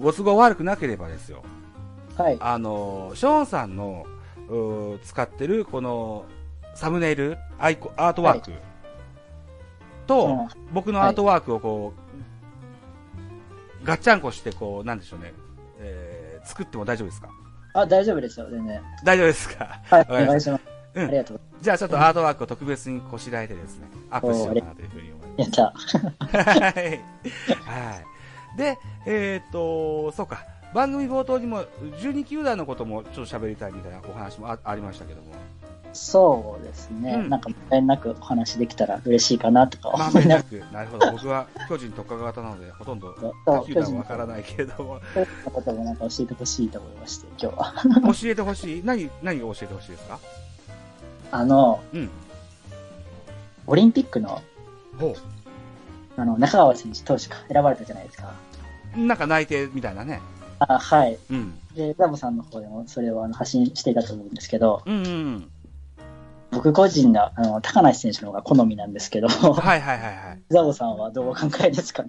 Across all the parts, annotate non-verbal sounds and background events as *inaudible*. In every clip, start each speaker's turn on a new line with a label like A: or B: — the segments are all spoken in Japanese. A: ご都合悪くなければですよ、
B: はい。
A: あの、ショーンさんの、うー使ってるこのサムネイル、アイコアートワークと、
B: うん
A: 僕のアートワークをこう、ガッチャンコして、こう、なんでしょうね、えー作っても大丈夫ですか
B: あ、大丈夫ですよ、全然。
A: 大丈夫ですか *laughs*
B: はい、
A: わかりました
B: お願いします。
A: うん
B: ありがとう。
A: じゃあちょっとアートワークを特別にこしらえてですね、アップしようかなというふうに思います。
B: やった。
A: はい。はい。で、えっ、と、そうか。番組冒頭にも、12球団のこともちょっと喋りたいみたいなお話もあありましたけども。
B: そうですね。
A: うん
B: なんか、もったいなくお話できたら嬉しいかなとか
A: まん
B: 思
A: べ
B: い
A: ん
B: なが
A: なく。なるほど。僕は巨人特化型なので、ほとんど
B: ら、
A: 他
B: そう、
A: 球
B: 巨
A: 団は
B: 人の
A: わからないけれども、
B: こともなんか教えてほしいと思いまして、今日は。
A: 教えてほしい。何、何を教えてほしいですか
B: あの、
A: うん。
B: オリンピックの、
A: ほ
B: あの、中川選手投手か、選ばれたじゃないですか。
A: う。なんか内定みたいなね。
B: あ、はい。
A: うん。
B: で、ザボさんの方でもそれをあの発信していたと思うんですけど、
A: うんうん
B: 僕個人が、あの、高梨選手の方が好みなんですけど、 *laughs*
A: うん。はいはいはいはい。
B: ザボさんはどうお考えですかね。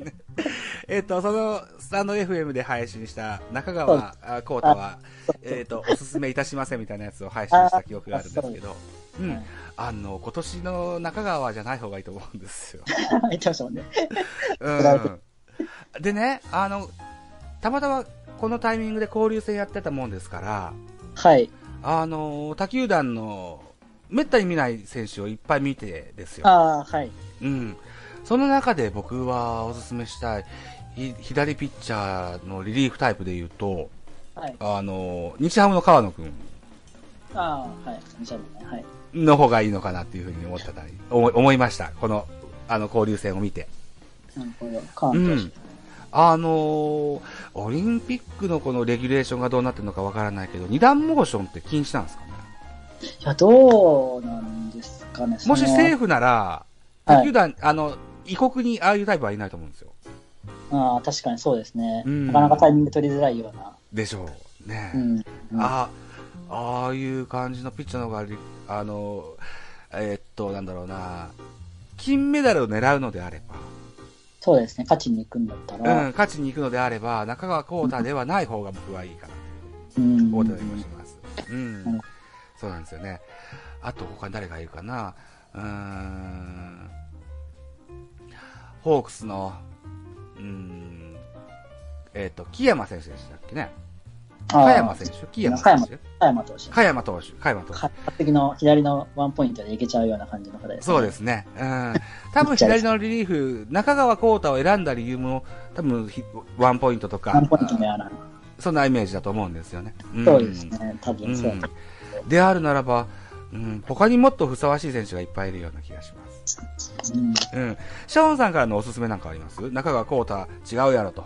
B: *laughs*
A: えっ、と、その、スタンド FM で配信した中川あ浩太は、えっ、と、おすすめいたしませんみたいなやつを配信した記憶があるんですけど、う
B: うん
A: ん。あの、今年の中川じゃない方がいいと思うんですよ。
B: 言ってましたもんね。
A: うん。でね、あの、たまたまこのタイミングで交流戦やってたもんですから、
B: はい。
A: あの、他球団の、めったに見ない選手をいっぱい見てですよ。
B: ああー、はい。
A: うん。その中で僕はおすすめしたい、ひ左ピッチャーのリリーフタイプで言うと、
B: はい。
A: あの、日ハムの川野くん
B: ああ、はい。おしゃれね。はい。
A: の方がいいのかなっていうふうに思ったたり、思い思いました。この、あの、交流戦を見て。
B: なるほど。カーン投手。
A: あのーオリンピックのこのレギュレーションがどうなってるのかわからないけど、二段モーションって禁止なんですかね
B: いや、どうなんですかね。その
A: もし政府なら、
B: はい
A: 他球団、あの、異国にああいうタイプはいないと思うんですよ。
B: ああ、確かにそうですね。
A: うん
B: なかなかタイミング取りづらいような。
A: でしょう。ね
B: う。ん。
A: あああいう感じのピッチャーの方がり、あの、えーっと、なんだろうな、金メダルを狙うのであれ
B: そうですね。勝ちに行くんだった
A: ば、う
B: ら。
A: ん、勝ちに行くのであれば、中川幸太ではない方が僕はいいかな
B: うん。
A: と思ったりもします。うん。
B: うん
A: そうなんですよね。あと、他に誰がいるかな。うーん。ホークスの、うーん、えーっと、木山選手でしたっけね。
B: ああ
A: 加山選手木山選手
B: 加山投手。
A: 加山投手。加山投手。
B: 完璧の左のワンポイントでいけちゃうような感じの方です、ね。
A: そうですね。うん。多分左のリリーフ、中川幸太を選んだ理由も、多分ひワンポイントと
B: ワ
A: か
B: ン、ポイントのような。
A: そんなイメージだと思うんですよね。ん
B: そうですね。多
A: う
B: 分そうだ
A: ん
B: と思い。
A: であるならば、うん、他にもっとふさわしい選手がいっぱいいるような気がします。
B: ます。うん。
A: うん。シャオンさんからのおすすめなんかあります中川幸太違うやろと。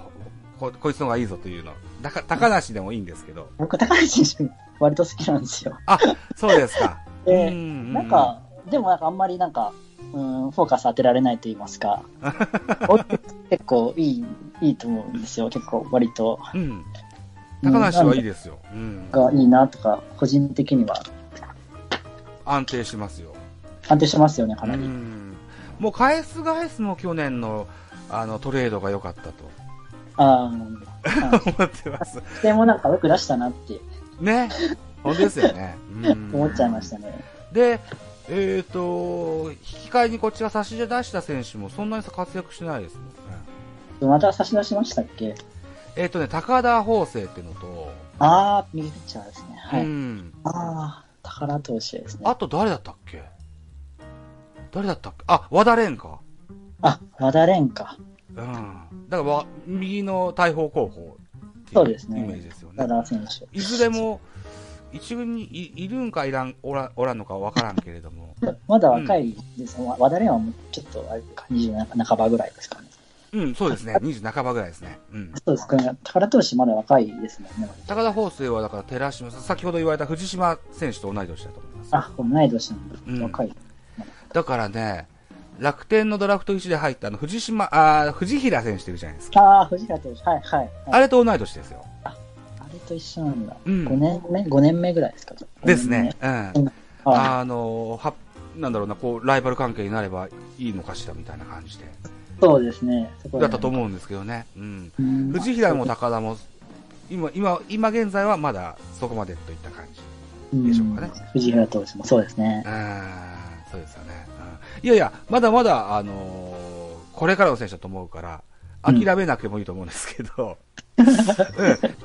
A: こ、こいつの方がいいぞというの。だか高梨でもいいんですけど。
B: 僕、高橋選手、割と好きなんですよ。
A: あ、そうです
B: *laughs*
A: か。
B: で
A: うん
B: なん、か、でもなんかあんまりなんか、うん、フォーカス当てられないと言いま
A: *laughs*
B: すか。お結構いい、いいと思うんですよ。結構割と。
A: うんうん。高梨はいい
B: で
A: ですよ。うん。
B: がいいなとか、個人的には
A: 安定してますよ。
B: 安定してますよね、かなり。
A: うんもう返す返すも去年のあのトレードが良かったと
B: ああ、
A: 思ってます。
B: でもなんかよく出したなって
A: ね。本当ですよね。うん
B: 思っちゃいましたね。
A: で、えっ、と、引き換えにこっちが差し出した選手もそんなに活躍しないですもんね。
B: また差し出しましたっけ
A: えっ、とね、高田法政っていうのと、
B: ああ、右ピッチャーですね。はい。
A: うん。
B: ああ、宝投手ですね。
A: あと誰だったっけ誰だったっけあ、和田蓮か。
B: あ、和田蓮か。
A: うん。だからわ、右の大砲候補ってい
B: そうですね
A: イメージですよね
B: 和。田選手。
A: いずれも、一軍にいいるんかいらん、おらおらんのかわからんけれども。
B: まだ若いですね。和和田蓮はもうちょっと、あれか、20半ばぐらいですかね。
A: うん、そうですね。20半ばぐらいですね。うん。
B: そうですかね。宝投手まだ若いですもんね。
A: 高田法政は、だから寺島さん、先ほど言われた藤島選手と同い年だと思います。
B: あ、同い年なんだ。
A: うん
B: 若い。
A: だからね、楽天のドラフト1で入ったあの、藤島、あー藤平選手っているじゃないですか。
B: ああ、藤川投手。はい、はい。はい
A: あれと同い年ですよ。
B: あれと一緒なんだ。
A: う
B: 5
A: ん。
B: 年目 ?5 年目ぐらいですか
A: ですね。。うん。
B: 五年目ああ
A: あの、は、なんだろうな、こう、ライバル関係になればいいのかしらみたいな感じで。
B: そうですね。そこ
A: だったと思うんですけどね。うん。
B: うん
A: 藤平も高田も、今、今、今現在はまだそこまでといった感じ。でしょうかね
B: ん藤原投手もそうですね。
A: あーそうですよね、うんいやいや、まだまだ、あのーこれからの選手だと思うから、
B: うん
A: 諦めなくてもいいと思うんですけど、うん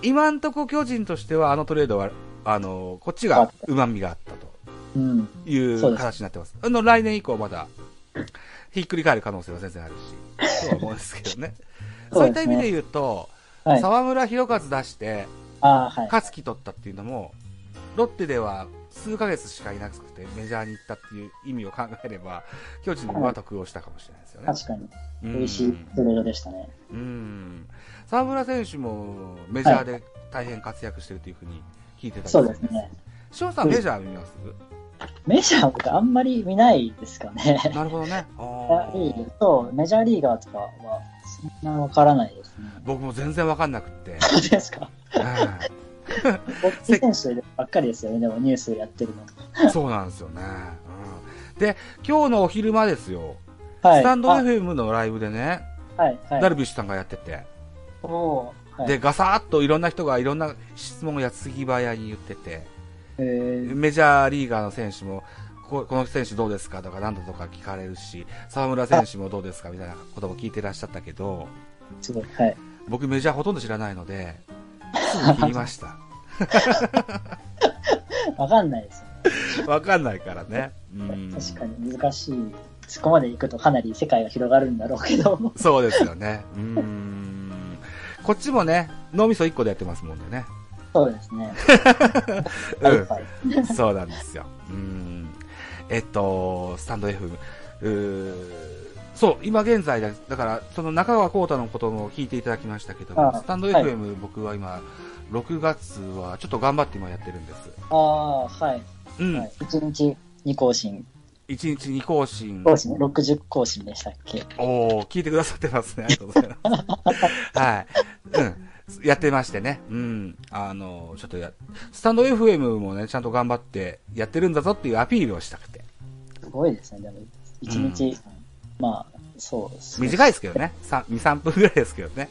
A: 今んとこ巨人としては、あのトレードは、あのーこっちが旨味があったと
B: うん。
A: いう
B: そうです
A: 形になってます。あの、来年以降まだ、ひっくり返る可能性は全然あるし、とは思うんですけどね。 *laughs* そういった意味で言うと、
B: はい。あ
A: 沢村博和出して、
B: あー、はい。
A: 勝樹取ったっていうのも、ロッテでは数ヶ月しかいなくてメジャーに行ったっていう意味を考えれば、巨人は得をしたかもしれないですよね。
B: 確かに。
A: うん
B: 美味しいトレードでしたね。
A: うん。沢村選手もメジャーで大変活躍してるというふうに聞いてたり
B: そうですね。。
A: 翔さん、メジャー見ます
B: メジャー僕あんまり見ないですかね。
A: *laughs* なるほどね。あ
B: いやいい
A: ー
B: ですそう、メジャーリーガーとかはそんなわからないですね。 *laughs*
A: 僕も全然わかんなくって。
B: そうですか。
A: うん
B: 大きい選手ばっかりですよね、でもニュースやってるの。
A: そうなんですよね。うんで、今日のお昼間ですよ、
B: はい。
A: スタンド
B: あ
A: FM のライブでね、
B: はい、はい。
A: ダルビッシュさんがやってて、
B: おーはい、
A: で、ガサーッといろんな人がいろんな質問を矢継ぎ早に言ってて、
B: えー、
A: メジャーリーガーの選手も、ここの選手どうですかとか何度とか聞かれるし、沢村選手もどうですかみたいなことも聞いてらっしゃったけど、
B: すごい。はい。
A: 僕メジャーほとんど知らないので、すぐ切りま
B: *laughs*
A: した。
B: わかんないですよね。
A: わかんないからね。うん。
B: 確かに難しい。そこまで行くとかなり世界が広がるんだろう
A: *laughs*
B: けど。
A: そうですよね。うん。こっちもね、脳みそ1個でやってますもんでね。
B: そうですね。
A: う
B: い
A: ん
B: っ。ぱい。 *laughs*
A: そうなんですよ。うん。えっと、スタンド FM。うーそう、今現在だ、だから、その中川幸太のことも聞いていただきましたけども
B: ああ
A: スタンド
B: はい
A: FM、僕は今、6月はちょっと頑張って今やってるんです。
B: ああー、はい。
A: うん。
B: はい、1日2更新。
A: 1日2更新。
B: 更新、60更新でしたっけ
A: おー、聞いてくださってますね。ありがとうござい
B: *laughs*
A: ます。はい。うん。やってましてね。うん。あの、ちょっとや、スタンド FM もね、ちゃんと頑張ってやってるんだぞっていうアピールをしたくて。
B: すごいですね、でも、1日、まあ、そうですね。
A: 短いですけどね。さ2、3分ぐらいですけどね。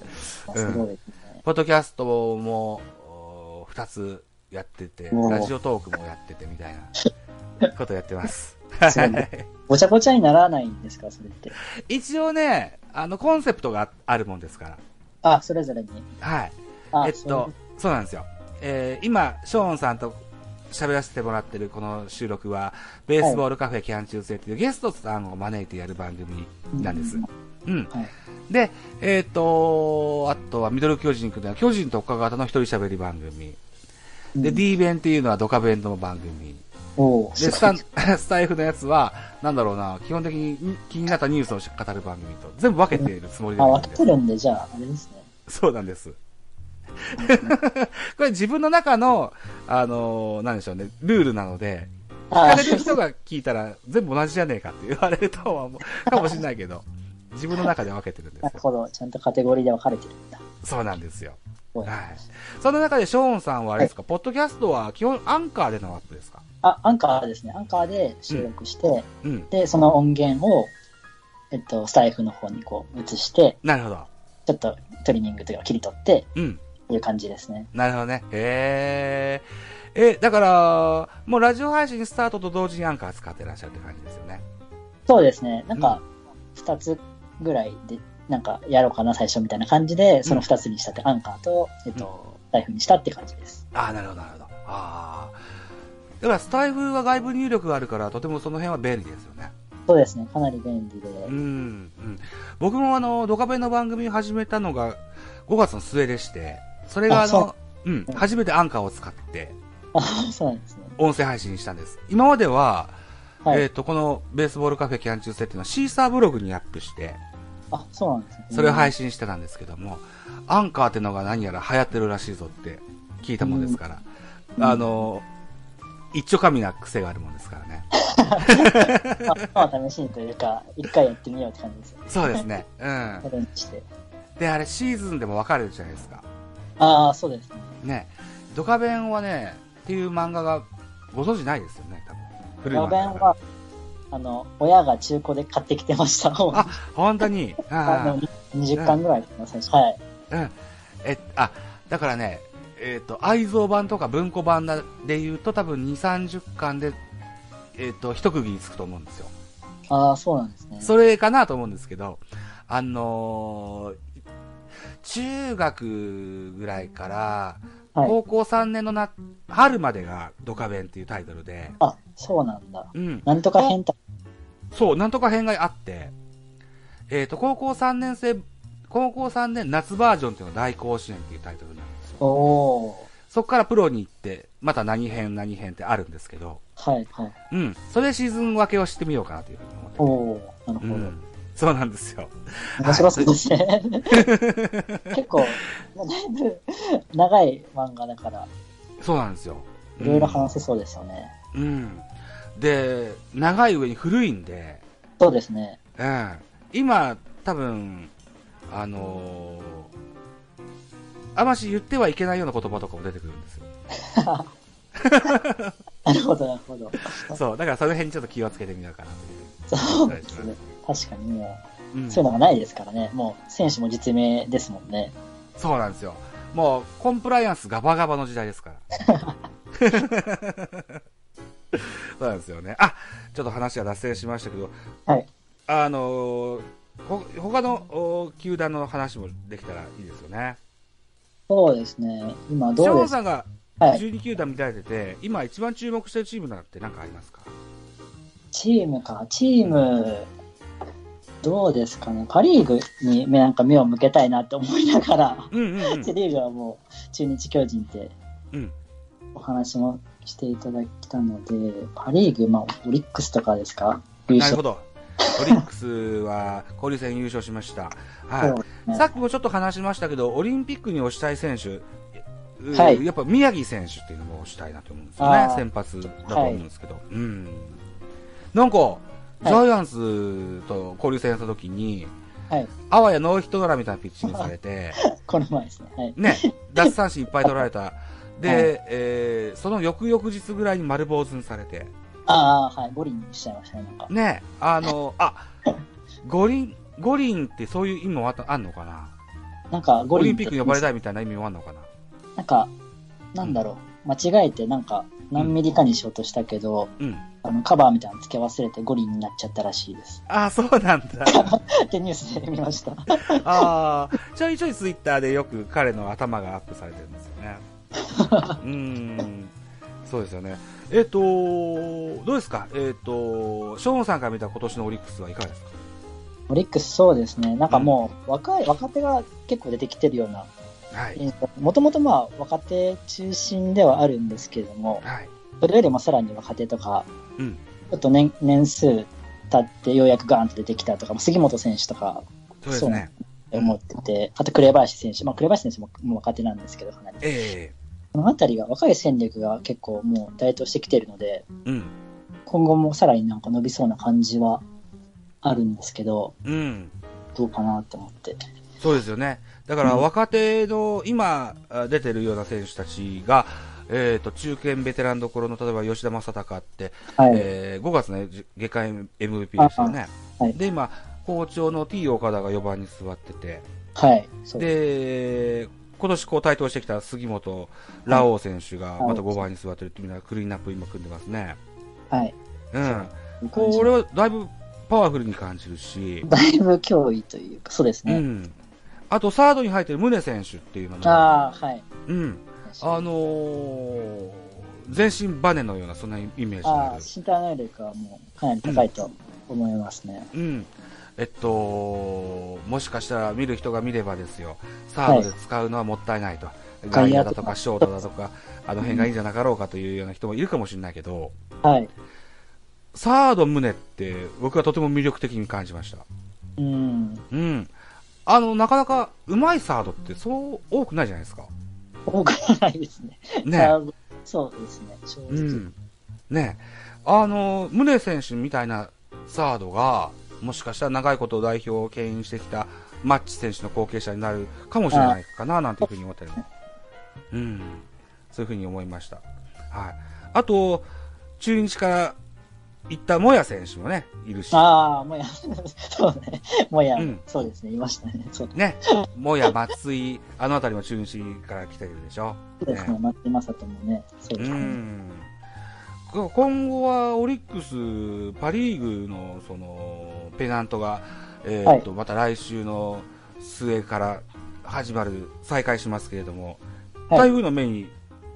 A: うん
B: すごいですね。
A: ポッドキャストもおー2つやってて、
B: おー
A: ラジオトークもやっててみたいな *laughs* ことやってます。
B: す
A: *laughs*
B: ごいねごちゃごちゃにならないんですか、それって。
A: 一応ね、あの、コンセプトがあるもんですから。
B: あ、それぞれに。
A: はい。
B: あ
A: えっ
B: そ
A: と、そうなんですよ。えー今、ショーンさんと喋らせてもらってるこの収録は、ベースボールカフェキャン中制っていうゲストさんを招いてやる番組なんです。うん。
B: はい
A: で、えっ、と、あとはミドル巨人くんでは巨人特化型の一人喋り番組。
B: うん
A: で、D 弁っていうのはドカ弁の番組。
B: おー
A: で、スタン *laughs*
B: す、
A: スタイフのやつは、なんだろうな、基本的に気になったニュースを語る番組と、全部分けているつもりで
B: ごいあ、
A: はいるんで
B: 分け
A: す
B: て。るんで、じゃあ、あれですね。
A: そうなんです。 *laughs* これ自分の中の、あのーなんでしょうね、ルールなので、聞
B: あ
A: かれる人が聞いたら全部同じじゃねえかって言われるとは思う、かもしれないけど、自分の中で分けてるんで
B: な
A: す
B: る
A: よ。
B: ほど。ちゃんとカテゴリーで分かれてるんだ。
A: そうなんですよ。
B: ごい
A: はい。その中でショーンさんはあれですか、ポッドキャストは基本アンカーでのアップですか
B: あ、アンカーですね。アンカーで収録して、
A: うん。
B: で、その音源を、えっと、スタイフの方にこう、移して、
A: なるほど。
B: ちょっとトリミングというか切り取って、
A: うん。
B: っていう感じですね。
A: なるほどね。へえ。え、だから、もうラジオ配信スタートと同時にアンカー使ってらっしゃるって感じですよね。
B: そうですね。なんか、二つぐらいで、なんか、やろうかな、最初みたいな感じで、その二つにしたって、アンカーと、えっと、ライフにしたって感じです。
A: ああ、なるほど、なるほど。ああ。だから、スタイフは外部入力があるから、とてもその辺は便利ですよね。
B: そうですね。かなり便利で。
A: うん、うん。僕もあの、ドカベンの番組始めたのが5月の末でして、それがあ
B: あそ
A: の、うん、初めてアンカーを使って、
B: あ、そうなんですね。
A: 音声配信したんです。今までは、
B: はい。
A: えっ、と、このベースボールカフェキャン中制っていうのはシーサーブログにアップして、
B: あ、そうなんですね。
A: それを配信
B: 信。
A: してたんですけども、アンカーってのが何やら流行ってるらしいぞって聞いたもんですから、
B: うん
A: あの、一丁神な癖があるもんですからね。
B: まあ、まあ試しにというか、一回やってみようって感じですよ。
A: そうですね。うん
B: チ。ャレンジして。
A: で、あれ、シーズンでも分かれるじゃないですか。
B: ああ、そうですね。
A: ね。ドカベンはね、っていう漫画がご存知ないですよね、多分。古い
B: 画
A: 漫画
B: 面
A: だから。
B: は、あの、親が中古で買ってきてました。
A: あ本当に。
B: あ
A: あ
B: の20巻ぐらいかな、最初。はい。
A: あうん。え、あ、だからね、えっ、と、愛蔵版とか文庫版だで言うと多分2、30巻で、えっ、と、一区切りつくと思うんですよ。
B: ああ、そうなんですね。
A: それかなと思うんですけど、あのー中学ぐらいから、
B: はい
A: 高校3年のな、春までがドカベンっていうタイトルで、
B: あ、そうなんだ。
A: うん。
B: なんとか変態。
A: そう、なんとか編があって、えっ、と、高校3年生、高校3年夏バージョンっていうのが大甲子園っていうタイトルなんですよ。
B: おー。
A: そこからプロに行って、また何編何編ってあるんですけど、
B: はい、はい。
A: うん。それでシーズン分けをしてみようかなというふうに思ってて。
B: おー。なるほ
A: う
B: ど。
A: ん。そうなんですよ。
B: 面白そうですね。 *laughs*
A: *laughs*
B: 結構、まあだいぶ長い漫画だから、
A: そうなんですよ。
B: いろいろ話せそうですよね。
A: うん。で、長い上に古いんで、
B: そうですね。
A: うん。今、多分、あのーあまし言ってはいけないような言葉とかも出てくるんですよ。
B: なるほど、なるほど。
A: そう、だからその辺にちょっと気をつけてみようかな
B: そう
A: という
B: ですね。確かにも
A: うん
B: う、そういうのがないですからね。もう、選手も実名ですもんね。
A: そうなんですよ。もう、コンプライアンスガバガバの時代ですから。
B: *laughs*
A: そうなんですよね。あ、ちょっと話は脱線しましたけど、
B: はい
A: あのーほ、他のお球団の話もできたらいいですよね。
B: そうですね。今、
A: シャ
B: どう
A: モン
B: ですか
A: さんが
B: はい。
A: 12球団見られてて、今一番注目してるチームなんて何かありますか
B: チームか。チーム、どうですかね。パリーグに目なんか目を向けたいなって思いながら、
A: うんうん
B: *laughs*
A: うん
B: セ。リーグはもう、中日巨人って
A: うん。
B: お話もしていただいたので、パ・リーグ、まあ、オリックスとかですか優
A: なる
B: 勝
A: ほど。オリックスは交流戦優勝しました。はい。
B: ね
A: さっきもちょっと話しましたけど、オリンピックに推したい選手、う
B: はい
A: やっぱ宮城選手っていうのも推したいなと思うんですよ
B: あ
A: ね。
B: ー
A: 先発だと思うんですけど。うん。なんか、ジャイアンツと交流戦やった時に、
B: はい、
A: あわやノーヒットノラみたいなピッチングされ
B: *laughs*
A: て、
B: この前ですね。はい。
A: ね、奪三振いっぱい取られた。で、えーその翌々日ぐらいに丸坊主にされて、
B: ああ、はい、五輪にしちゃいましたね、なんか。
A: ね、あの、あ、五輪、五輪ってそういう意味もあったあんのかな
B: なんか、
A: オ
B: 五輪
A: リンピックに呼ばれ
B: た
A: たいみたいな意味もあんのかな
B: なんか、なんだろう、間違えて、なんか、何ミリかにしようとしたけど、
A: うん。
B: あのカバーみたいなの付け忘れて五輪になっちゃったらしいです。 *laughs*
A: ああ、そうなんだ。
B: ってニュースで見ま *laughs* した。
A: ああ、ちょいちょいツイッターでよく彼の頭がアップされてるんですよね。うーん、そうですよね。えっ、と、どうですかえっ、と、ショーンさんから見た今年のオリックスはいかがですか
B: オリックス、そうですね。なんかもう、若い、若手が結構出てきてるような、
A: はい。
B: もともとまあ、若手中心ではあるんですけれども、
A: はい。
B: それよりもさらに若手とか、
A: うん
B: ちょっと年年数経ってようやくガーンと出てきたとか、杉本選手とか
A: そうですね。
B: 思ってて、あと紅林選手、まあ、紅林選手ももう若手なんですけど、かなり。
A: え
B: この辺りが若い戦力が結構もう台頭してきてるので、
A: えうん。
B: 今後もさらになんか伸びそうな感じはあるんですけど、
A: うん。
B: どうかなって思って。
A: そうですよね。だから
B: うん
A: 若手の今あ出てるような選手たちが、えっ、と、中堅ベテランどころの、例えば吉田正尚って、
B: はい。
A: えー5月の下界 MVP ですよね。
B: あはい
A: で、今、好調の T 岡田が4番に座ってて、
B: はい。そうです
A: で、今年こう台頭してきた杉本、ラオウ選手が
B: はい
A: また5番に座ってるっていうのはクリーンナップ今組んでますね。
B: はい。
A: うん。
B: そういう感じ
A: これはだいぶパワフルに感じるし、
B: だいぶ脅威というか、そうです
A: う
B: ね。
A: ん。あと、サードに入ってる宗選手っていうのも、
B: ああ、はい。
A: うん。あのー全身バネのような、そんなイメージが
B: あ
A: あ
B: あ、
A: る。
B: 身体能力はもうかなり高いと思いますね。
A: うん。えっと、もしかしたら見る人が見ればですよ、サードで使うのはもったいないと。外野だとかショートだとか、あの辺がいいんじゃなかろうかというような人もいるかもしれないけど、
B: はい。
A: サード胸って僕はとても魅力的に感じました。
B: うん。
A: うん。あの、なかなか上手いサードってそう多くないじゃないですか。
B: 多くはないですね。
A: ね。
B: そうですね、正直。
A: うん。ね。あの、宗選手みたいなサードが、もしかしたら長いことを代表を牽引してきたマッチ選手の後継者になるかもしれないかな、なんていうふうに思ったりも。うん。そういうふうに思いました。はい。あと、中日から行ったもや選手もね、いるし、
B: ああ、もや、 *laughs* そうね。もや、
A: うん
B: そうですね、いましたね。そう
A: ね、もや、松井、あのあたりも中日から来てるでしょ。
B: ですね、松井正人もね。そう
A: う
B: ですね。
A: ん。こ今後はオリックス、パ・リーグのそのペナントが、えーっとまた来週の末から始まる、再開しますけれども、
B: はい
A: 台風の目に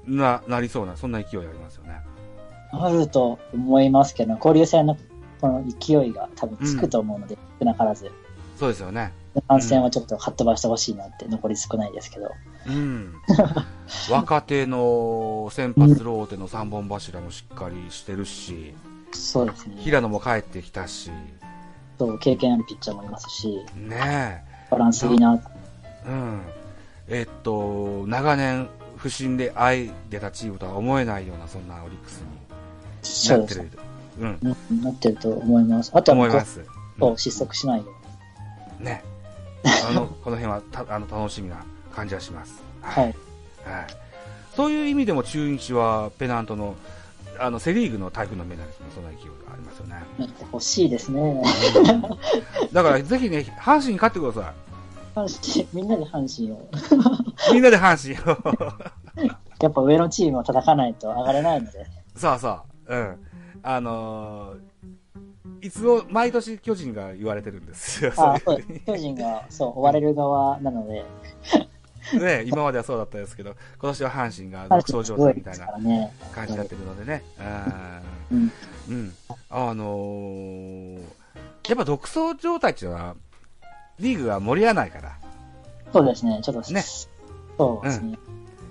A: ななりそうな、そんな勢いありますよね。
B: あると思いますけど、交流戦のこの勢いが多分つくと思うので、少なからず、
A: そうですよね。
B: 感染はちょっとかっ飛ばしてほしいなって、残り少ないですけど。
A: うん、若手の先発ローテの三本柱もしっかりしてるし、
B: そうですね。
A: 平野も帰ってきたし、
B: そう、経験あるピッチャーもいますし、
A: ね
B: バランスいいな。
A: え、うん、えっと、長年、不振で相出たチームとは思えないような、そんなオリックスに
B: そ
A: な
B: う
A: っ
B: で
A: て
B: す
A: る
B: ね。、
A: うん、
B: うんなってると思います。あとはも
A: 思
B: う
A: います。
B: そう失速しないように。 *laughs*
A: ね、あのこの辺はたあの楽しみな感じはします。
B: はい。
A: はい、そういう意味でも、中日はペナントのあのセ・リーグの台風の目なんですね、そんな勢いがありますよね。
B: なってほしいですね。
A: だからぜひね、阪神に勝ってくださ
B: 阪神、みんなで阪神を。
A: い。みんなで阪神 *laughs* を。
B: やっぱ上のチームを叩かないと上がれないので。
A: そうそう。うん。あのーいつも、毎年巨人が言われてるんですよ。
B: あ
A: そ
B: そううです。巨人が、そう、追われる側なので、
A: ね、今まではそうだったんですけど、今年は阪神が独
B: 阪
A: 走
B: 神す
A: 状
B: ご
A: 態
B: い
A: み
B: で
A: たい
B: すか
A: な
B: らね。
A: 感じになってるのでね。う
B: うん。
A: ん。うん。あのーやっぱ独走状態っていうのは、リーグが盛り上がらないから。
B: そうですね、ちょっと、
A: ね
B: そうですね。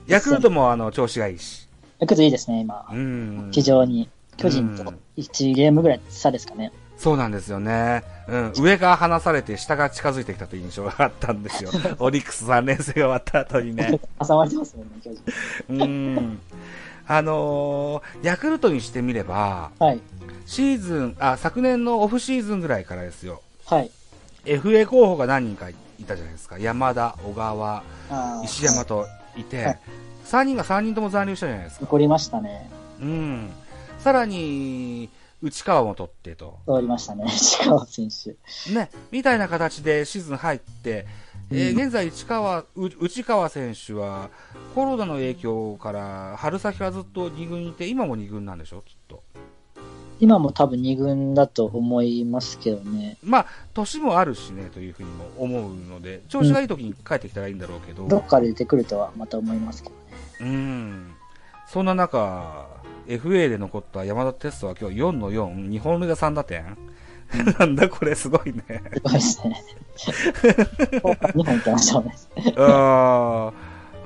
A: ヤクルトもあの、調子がいいし。
B: ヤクルトいいですね、今。
A: うん。
B: 非常に。巨人
A: う
B: と
A: ん
B: 1ゲームぐらい差ですかね。
A: そうなんですよね。うん。上が離されて下が近づいてきたという印象があったんですよ。オリックス3連戦が終わった後にね。
B: 挟まれてますよね、巨人。
A: うん。あのーヤクルトにしてみれば、
B: はい。
A: シーズン、あ、昨年のオフシーズンぐらいからですよ。
B: はい。
A: FA 候補が何人かいたじゃないですか。山田、小川、
B: あー
A: 石山とい
B: は
A: て
B: い、
A: 3人が3人とも残留したじゃないですか。
B: 残りましたね。
A: うん。さらに、内川も取ってと。
B: 通りましたね、 *laughs* 石川選手。
A: ね、みたいな形でシーズン入って、えー
B: うん
A: 現在市川う、内川選手はコロナの影響から春先からずっと2軍にいて、今も2軍なんでしょ、きっと。
B: 今も多分2軍だと思いますけどね。
A: まあ、年もあるしねというふうにも思うので、調子がいい時に帰ってきたらいいんだろうけど、
B: どっかで出てくるとはまた思いますけどね。
A: うん、そんな中、FA で残った山田テストは今日4の4、日本塁打3打点。なんだこれすご
B: *laughs*
A: いね。
B: すごいです
A: *laughs*
B: ね。2本いけましたね。
A: あー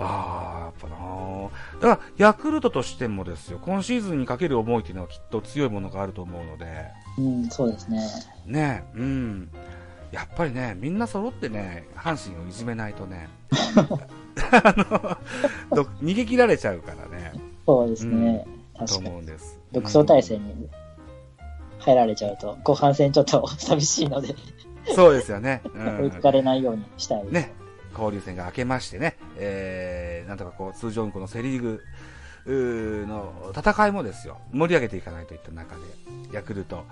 A: あー、やっぱなーだから、ヤクルトとしてもですよ、今シーズンにかける思いっていうのはきっと強いものがあると思うので、
B: うん、そうですね。
A: ね、うん。やっぱりね、みんな揃ってね、阪神をいじめないと
B: *laughs*
A: ね、あの、ど逃げ切られちゃうからね、
B: そうですね。
A: と
B: 確かに。
A: 思うんです。
B: 独走体制
A: うん
B: に入られちゃうと、後半戦ちょっと *laughs* 寂しいので、
A: そうですよね。う
B: *laughs* 追い
A: ん
B: つかれないようにしたい。
A: ね、交流戦が明けましてね、えー、なんとかこう、通常のこのセリーグうーの戦いもですよ、盛り上げていかないといった中で、ヤクルト、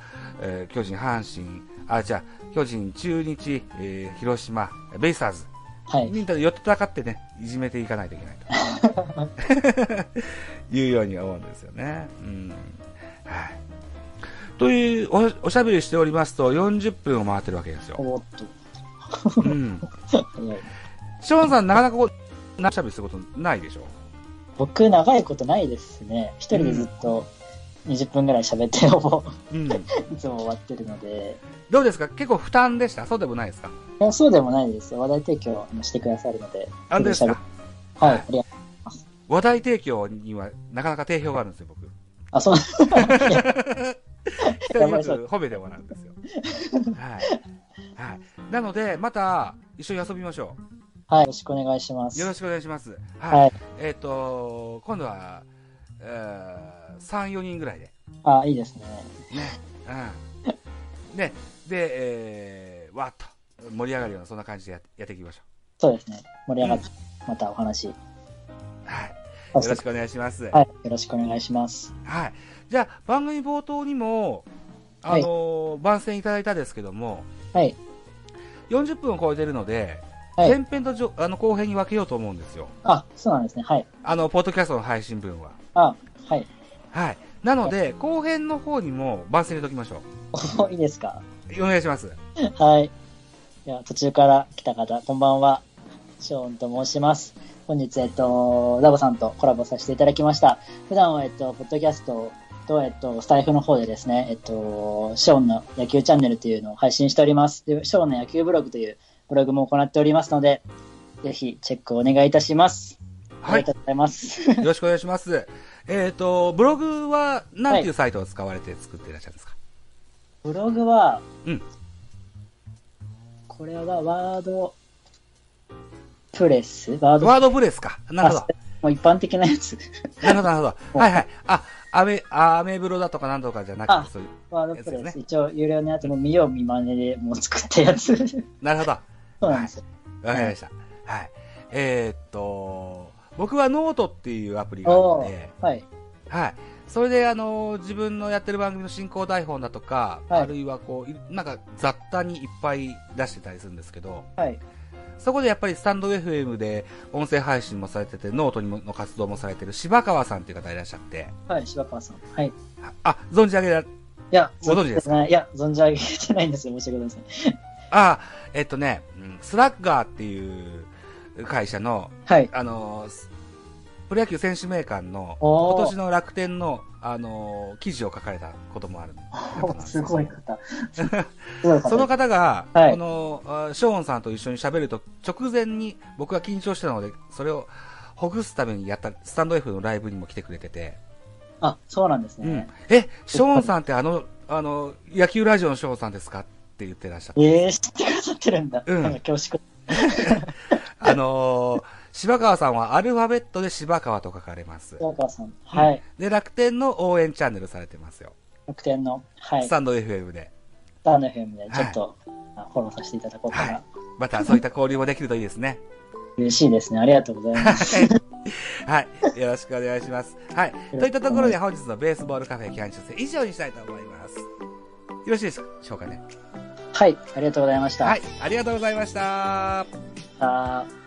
A: えー巨人、阪神、あ、じゃあ、巨人、中日、えー広島、ベイスターズ、
B: はい。
A: みんなで寄って戦ってね、いじめていかないといけないと。 *laughs* いうように思うんですよね。うん。はい。というお、おしゃべりしておりますと、40分を回ってるわけですよ。
B: おっと。
A: うん。
B: 早い
A: ショーンさん、なかなかこう、なしゃべりすることないでしょ
B: 僕、長いことないですね。一人でずっと20分ぐらい喋って、ほぼ
A: うん。
B: *laughs* いつも終わってるので、
A: どうですか結構負担でしたそうでもないですか
B: いや、そうでもないですよ。話題提供もしてくださるので。
A: あんです
B: 一人
A: か
B: 喋るはい、ありがとう。
A: 話題提供にはなかなか定評があるんですよ、僕。
B: あ、そう、
A: 人によく褒めてもらうんですよ。はい。はい。なので、また一緒に遊びましょ
B: はい、よろしくお願いしま
A: う。よろ
B: す。
A: しくお願いします。はい。
B: はい。
A: えっ、と、今度は、えー、3、4人ぐらいで。
B: あ、いいですね。
A: うん。ね。で、えー、わーっと盛り上がるような、そんな感じでややっていきましょ
B: そうですね。盛り上がって、またお話。よ
A: う。はい。よろしくお願いします。
B: はい、よろしくお願いします。
A: はい。じゃあ、番組冒頭にも、あのー番宣いただいたんですけども、
B: はい。
A: 40分を超えてるので、
B: はい。
A: 前編とじょあの後編に分けようと思うんですよ。
B: あ、そうなんですね。はい。
A: あの、ポッドキャストの配信分は。
B: あ、はい。 *laughs*
A: はい。なので、後編の方にも番宣入れときましょ
B: おいいですか
A: う。お願いします。
B: はい。では、途中から来た方、こんばんは。ショーンと申します。本日、えっと、ザボさんとコラボさせていただきました。普段は、えっと、ポッドキャストと、えっと、スタイフの方でですね、えっと、ショーンの野球チャンネルというのを配信しております。で、ショーンの野球ブログというブログも行っておりますので、ぜひチェックをお願いいたします。
A: は
B: あり
A: い。
B: がとうございま
A: *laughs*
B: す。
A: よろしくお願いします。えっ、と、ブログは、なんていうサイトを使われて作っていらっしゃるんですか、
B: ブログは、
A: うん
B: これはワードプレスワード
A: ワードプレスか。なるほど。
B: もう一般的な
A: *laughs*
B: やつ。
A: なるほど、なるほど。
B: は
A: はいいはい。あ、アメ、アメブロだとかなんとかじゃな
B: あ
A: くて、そういう。
B: ワードプレス、
A: ですね
B: 一応有料のやつも見よう見まねでもう作った
A: *laughs*
B: やつ。そう
A: なるほど。わ
B: なんですよ。
A: かりました。はい。えっ、と、僕はノートっていうアプリがあるので、
B: はい。
A: はい。それで、あの、自分のやってる番組の進行台本だとか、
B: はい
A: あるいはこう、いなんか雑多にいっぱい出してたりするんですけど、
B: はい。
A: そこでやっぱりスタンド FM で音声配信もされてて、ノートにもの活動もされてる柴川さんっていう方いらっしゃって、
B: はい、柴川さん。はい。い
A: ああ、存じ上げられ、
B: や、
A: ご存知です
B: かいや、存じ上げてないんですよ。申し訳ございま
A: あ、えっとね、うんスラッガーっていう会社の、
B: せん。はい。
A: あの、すプロ野球選手名鑑の、
B: おー
A: 今年の楽天の、あの、記事を書かれたこともある方なんです
B: *laughs* す
A: よ
B: ごい
A: *laughs*
B: 方。すごい方。
A: その方が、
B: はい
A: この、あショーンさんと一緒に喋ると、直前に僕が緊張してたので、それをほぐすためにやった、スタンド F のライブにも来てくれてて、
B: あ、そうなんです
A: う
B: ね
A: ん。。え、ショーンさんってあの、あの、野球ラジオのショーンさんですかって言ってらっしゃった。
B: えー、知ってくださってるんだ。
A: うん
B: なんか恐縮。
A: あのー、柴川さんはアルファベットで柴川と書かれます。
B: 柴川さん。はい。
A: で、楽天の応援チャンネルされてますよ。
B: 楽天の、はい。
A: スタンド FM で。
B: スタンド FM でちょっと、あフォローさせていただこうかな、
A: はいまたそういった交流もできるといいですね。
B: 嬉しいですね。ありがとうございます。
A: はい。よろしくお願いします。はい。といったところで本日のベースボールカフェキャン中世以上にしたいと思います。よろしいでしょうかね。
B: はい、ありがとうございました。
A: はい。ありがとうございました。
B: あー